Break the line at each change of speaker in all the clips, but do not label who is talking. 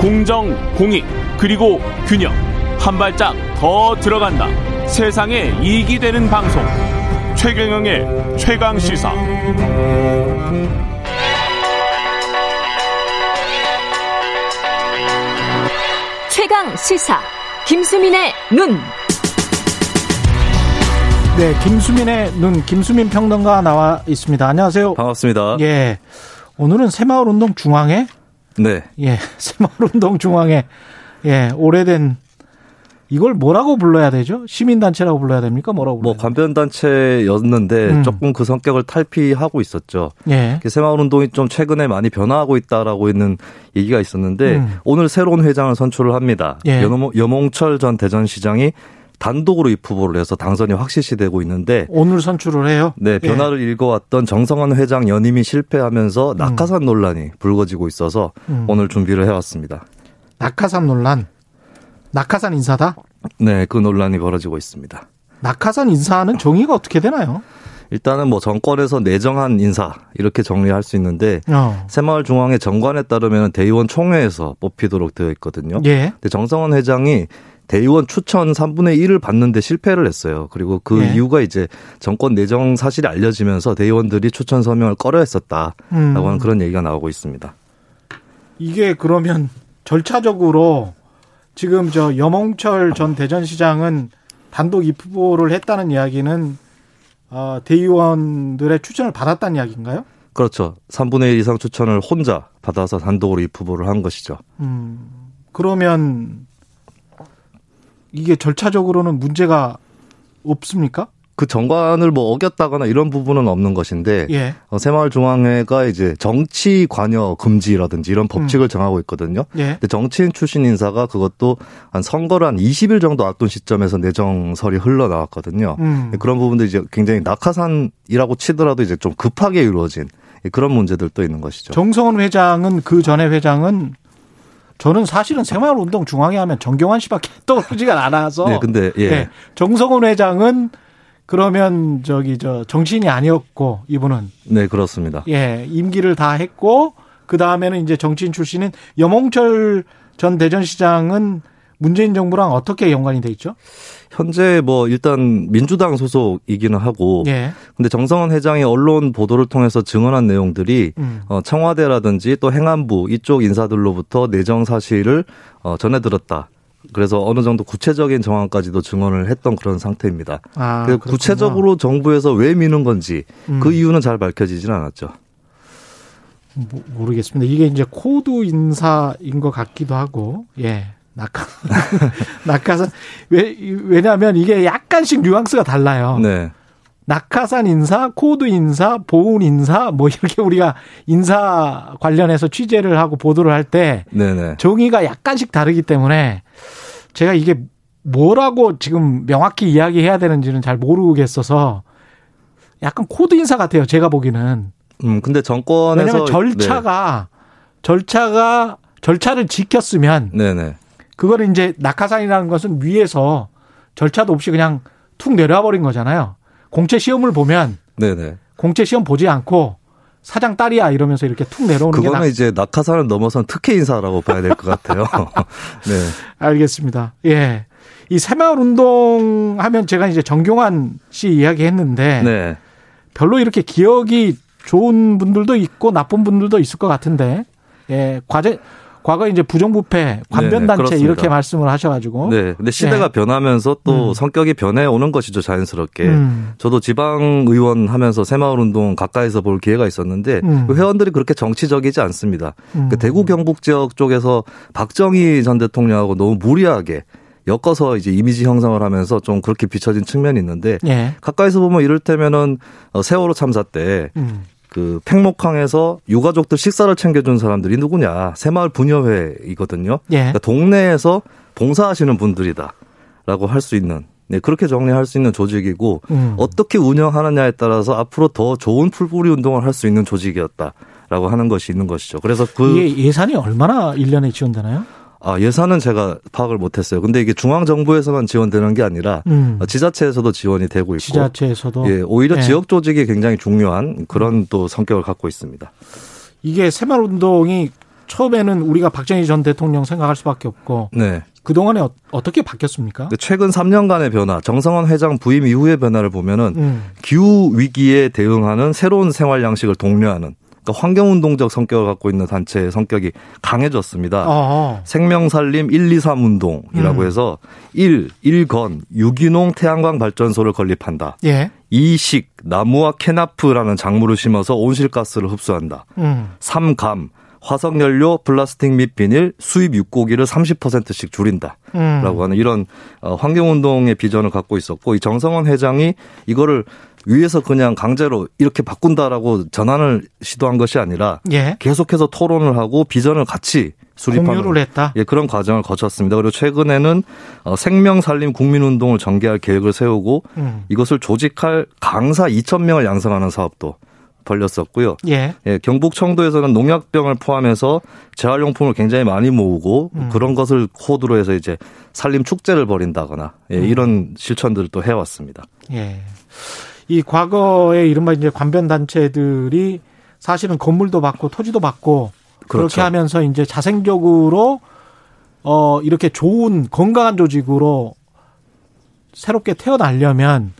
공정, 공익, 그리고 균형. 한 발짝 더 들어간다. 세상에 이익이 되는 방송. 최경영의 최강 시사.
최강 시사 김수민의 눈.
네, 김수민의 눈 김수민 평론가 나와 있습니다. 안녕하세요.
반갑습니다.
예. 오늘은 새마을 운동 중앙회
네.
예, 새마을 운동 중앙회 예, 오래된 이걸 뭐라고 불러야 되죠? 시민 단체라고 불러야 됩니까? 뭐라고 불러야
뭐
돼요?
관변 단체였는데
네. 음.
조금 그 성격을 탈피하고 있었죠.
예.
이렇게 새마을 운동이 좀 최근에 많이 변화하고 있다라고 있는 얘기가 있었는데
음.
오늘 새로운 회장을 선출을 합니다.
예.
여몽, 여몽철 전 대전시장이 단독으로 입후보를 해서 당선이 확실시 되고 있는데
오늘 선출을 해요? 예.
네, 변화를 일궈왔던 정성환 회장 연임이 실패하면서 낙하산 논란이 불거지고 있어서
음.
오늘 준비를 해왔습니다.
예. 낙하산 논란. 낙하산 인사다.
네, 그 논란이 벌어지고 있습니다.
낙하산 인사는 종이가 어떻게 되나요?
일단은 뭐 정권에서 내정한 인사 이렇게 정리할 수 있는데
어.
새마을 중앙회 정관에 따르면 대의원 총회에서 뽑히도록 되어 있거든요.
예.
근데 정성원 회장이 대의원 추천 3분의 1을 받는데 실패를 했어요. 그리고 그
예.
이유가 이제 정권 내정 사실이 알려지면서 대의원들이 추천 서명을 꺼려 했었다라고
음.
하는 그런 얘기가 나오고 있습니다.
이게 그러면 절차적으로 지금 저 염홍철 전 대전시장은 단독 입후보를 했다는 이야기는 어, 대의원들의 추천을 받았다는 이야기인가요?
그렇죠. 3분의 1 이상 추천을 혼자 받아서 단독으로 입후보를 한 것이죠.
음, 그러면 이게 절차적으로는 문제가 없습니까?
그 정관을 뭐 어겼다거나 이런 부분은 없는 것인데
예,
어, 새마을중앙회가 이제 정치 관여 금지라든지 이런
음.
법칙을 정하고 있거든요.
예.
근데 정치인 출신 인사가 그것도 한 선거를 한 20일 정도 앞둔 시점에서 내정설이 흘러나왔거든요.
음.
그런 부분도 이제 굉장히 낙하산이라고 치더라도 이제 좀 급하게 이루어진 그런 문제들도 있는 것이죠.
정성원 회장은 그 전에 회장은 저는 사실은 새마을운동 중앙회 하면 정경환 씨밖에 떠오르지가 않아서
네, 근데 예.
네. 정성훈 회장은 그러면 저기 저 정치인이 아니었고 이분은
네, 그렇습니다.
예 임기를 다 했고 그 다음에는 이제 정치인 출신인 염홍철 전 대전시장은 문재인 정부랑 어떻게 연관이 돼 있죠?
현재 뭐 일단 민주당 소속이기는 하고
예,
근데 정성원 회장이 언론 보도를 통해서 증언한 내용들이
음.
어, 청와대라든지 또 행안부 이쪽 인사들로부터 내정 사실을 어, 전해 들었다. 그래서 어느 정도 구체적인 정황까지도 증언을 했던 그런 상태입니다.
아,
그래서
그렇군요.
구체적으로 정부에서 왜 미는 건지 그
음.
이유는 잘 밝혀지진 않았죠.
모- 모르겠습니다. 이게 이제 코드 인사인 것 같기도 하고 예 낙하 낙하산 왜 왜냐하면 이게 약간씩 뉘앙스가 달라요.
네,
낙하산 인사, 코드 인사, 보훈 인사, 뭐 이렇게 우리가 인사 관련해서 취재를 하고 보도를 할 때
네, 네.
종이가 약간씩 다르기 때문에 제가 이게 뭐라고 지금 명확히 이야기해야 되는지는 잘 모르겠어서 약간 코드 인사 같아요. 제가 보기는.
음, 근데 정권에서
왜냐하면 절차가, 절차가, 절차를 지켰으면
네, 네, 네.
그걸 이제 낙하산이라는 것은 위에서 절차도 없이 그냥 툭 내려와 버린 거잖아요. 공채 시험을 보면
네, 네.
공채 시험 보지 않고 사장 딸이야 이러면서 이렇게 툭 내려오는 게
그거는
나...
이제 낙하산을 넘어선 특혜 인사라고 봐야 될 것 같아요. 네.
알겠습니다. 예. 이 새마을 운동 하면 제가 이제 정경환 씨 이야기 했는데
네.
별로 이렇게 기억이 좋은 분들도 있고 나쁜 분들도 있을 것 같은데 예. 과제 과거 이제 부정부패
네네,
관변단체
그렇습니다.
이렇게 말씀을 하셔가지고
네. 근데 시대가 변하면서 또
어? 음.
성격이 변해오는 것이죠, 자연스럽게.
음.
저도 지방 의원 하면서 새마을운동 가까이서 볼 기회가 있었는데
음.
그 회원들이 그렇게 정치적이지 않습니다.
음.
그 대구 경북 지역 쪽에서 박정희 전 대통령하고 너무 무리하게 엮어서 이제 이미지 형성을 하면서 좀 그렇게 비춰진 측면이 있는데
예.
가까이서 보면 이를테면은 어, 세월호 참사 때
음.
그 팽목항에서 유가족들 식사를 챙겨준 사람들이 누구냐 새마을 분여회이거든요.
예.
그러니까 동네에서 봉사하시는 분들이다라고 할 수 있는 네, 그렇게 정리할 수 있는 조직이고
음.
어떻게 운영하느냐에 따라서 앞으로 더 좋은 풀뿌리 운동을 할 수 있는 조직이었다라고 하는 것이 있는 것이죠. 그래서 그
이게 예산이 얼마나 1년에 지원되나요?
아, 예산은 제가 파악을 못했어요. 근데 이게 중앙 정부에서만 지원되는 게 아니라
음.
어, 지자체에서도 지원이 되고 있고
지자체에서도
예, 오히려
예.
지역 조직이 굉장히 중요한 그런 또 성격을 갖고 있습니다.
이게 새마을운동이 처음에는 우리가 박정희 전 대통령 생각할 수밖에 없고
네.
그동안에 어, 떻게 바뀌었습니까?
근데 최근 3년간의 변화, 정성원 회장 부임 이후의 변화를 보면은
음.
기후 위기에 대응하는 새로운 생활 양식을 독려하는 그러니까 환경운동적 성격을 갖고 있는 단체의 성격이 강해졌습니다.
어.
생명살림 1, 2, 3 운동이라고
음.
해서 1. 일건 유기농 태양광 발전소를 건립한다.
예.
2식 나무와 캐나프라는 작물을 심어서 온실가스를 흡수한다.
음.
3감 화석연료, 플라스틱 및 비닐, 수입 육고기를 30%씩 줄인다.
음.
라고 하는 이런 어, 환경운동의 비전을 갖고 있었고 이 정성원 회장이 이거를 위에서 그냥 강제로 이렇게 바꾼다라고 전환을 시도한 것이 아니라
예.
계속해서 토론을 하고 비전을 같이 수립하는
공유를 했다.
예, 그런 과정을 거쳤습니다. 그리고 최근에는 어, 생명살림 국민운동을 전개할 계획을 세우고
음.
이것을 조직할 강사 2,000명을 양성하는 사업도 벌렸었고요.
예.
예, 경북 청도에서는 농약병을 포함해서 재활용품을 굉장히 많이 모으고 뭐 그런 것을 코드로 해서 이제 산림 축제를 벌인다거나 예, 이런 실천들을 또 해왔습니다.
예. 이 과거에 이른바 이제 관변 단체들이 사실은 건물도 받고 토지도 받고 그렇게
그렇죠.
하면서 이제 자생적으로 어 이렇게 좋은 건강한 조직으로 새롭게 태어나려면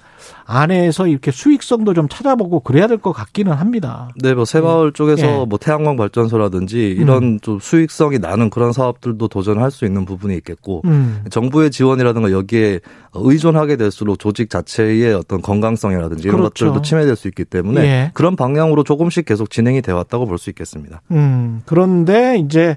안에서 이렇게 수익성도 좀 찾아보고 그래야 될 것 같기는 합니다.
네, 뭐 새마을 쪽에서
예.
뭐 태양광 발전소라든지 이런 좀 수익성이 나는 그런 사업들도 도전할 수 있는 부분이 있겠고
음.
정부의 지원이라든가 여기에 의존하게 될수록 조직 자체의 어떤 건강성이라든지 이런
그렇죠.
것들도 침해될 수 있기 때문에
예.
그런 방향으로 조금씩 계속 진행이 돼 왔다고 볼 수 있겠습니다.
음. 그런데 이제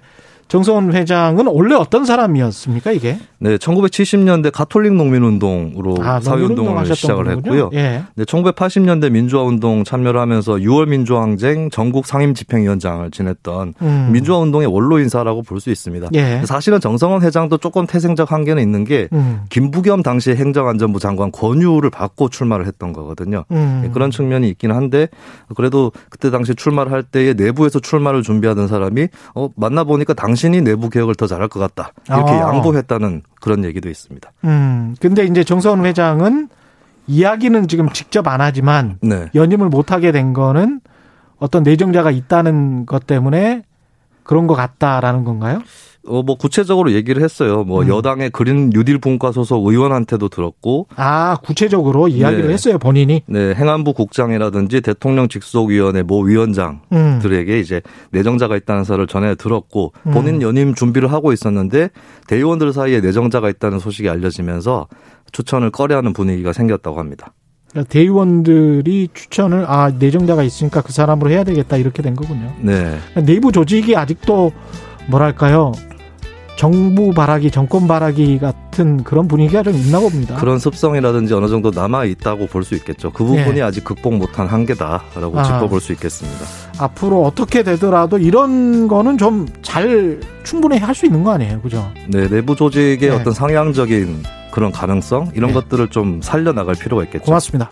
정성원 회장은 원래 어떤 사람이었습니까, 이게?
네, 1970년대 가톨릭 농민운동으로
아, 농민운동
사회운동을
뭐 하셨던
시작을
분이군요.
했고요.
예.
네, 1980년대 민주화운동 참여를 하면서 6월 민주항쟁 전국 상임집행위원장을 지냈던
음.
민주화운동의 원로 인사라고 볼 수 있습니다.
예.
사실은 정성원 회장도 조금 태생적 한계는 있는 게
음.
김부겸 당시 행정안전부 장관 권유를 받고 출마를 했던 거거든요.
음.
예, 그런 측면이 있긴 한데 그래도 그때 당시 출마를 할 때에 내부에서 출마를 준비하던 사람이 어, 만나 보니까 당신이 내부 개혁을 더 잘할 것 같다 이렇게
아.
양보했다는 그런 얘기도 있습니다.
음, 근데 이제 정서원 회장은 이야기는 지금 직접 안 하지만
네.
연임을 못하게 된 거는 어떤 내정자가 있다는 것 때문에 그런 것 같다라는 건가요?
어, 뭐 구체적으로 얘기를 했어요.
음.
뭐 여당의 그린 뉴딜 분과 소속 의원한테도 들었고
아, 구체적으로 이야기를
네.
했어요, 본인이.
네, 행안부 국장이라든지 대통령 직속위원회 모 위원장
음.
들에게 이제 내정자가 있다는 사를 전해 들었고 본인 연임 준비를 하고 있었는데 대의원들 사이에 내정자가 있다는 소식이 알려지면서 추천을 꺼려하는 분위기가 생겼다고 합니다.
그러니까 대의원들이 추천을, 아, 내정자가 있으니까 그 사람으로 해야 되겠다, 이렇게 된 거군요.
네,
그러니까 내부 조직이 아직도 뭐랄까요. 정부 바라기, 정권 바라기 같은 그런 분위기가 좀 있나 봅니다.
그런 습성이라든지 어느 정도 남아 있다고 볼 수 있겠죠. 그 부분이
예.
아직 극복 못한 한계다라고
아.
짚어볼 수 있겠습니다.
앞으로 어떻게 되더라도 이런 거는 좀 잘 충분히 할 수 있는 거 아니에요, 그죠?
네, 내부 조직의
네.
어떤 상향적인 그런 가능성 이런
네.
것들을 좀 살려 나갈 필요가 있겠죠.
고맙습니다.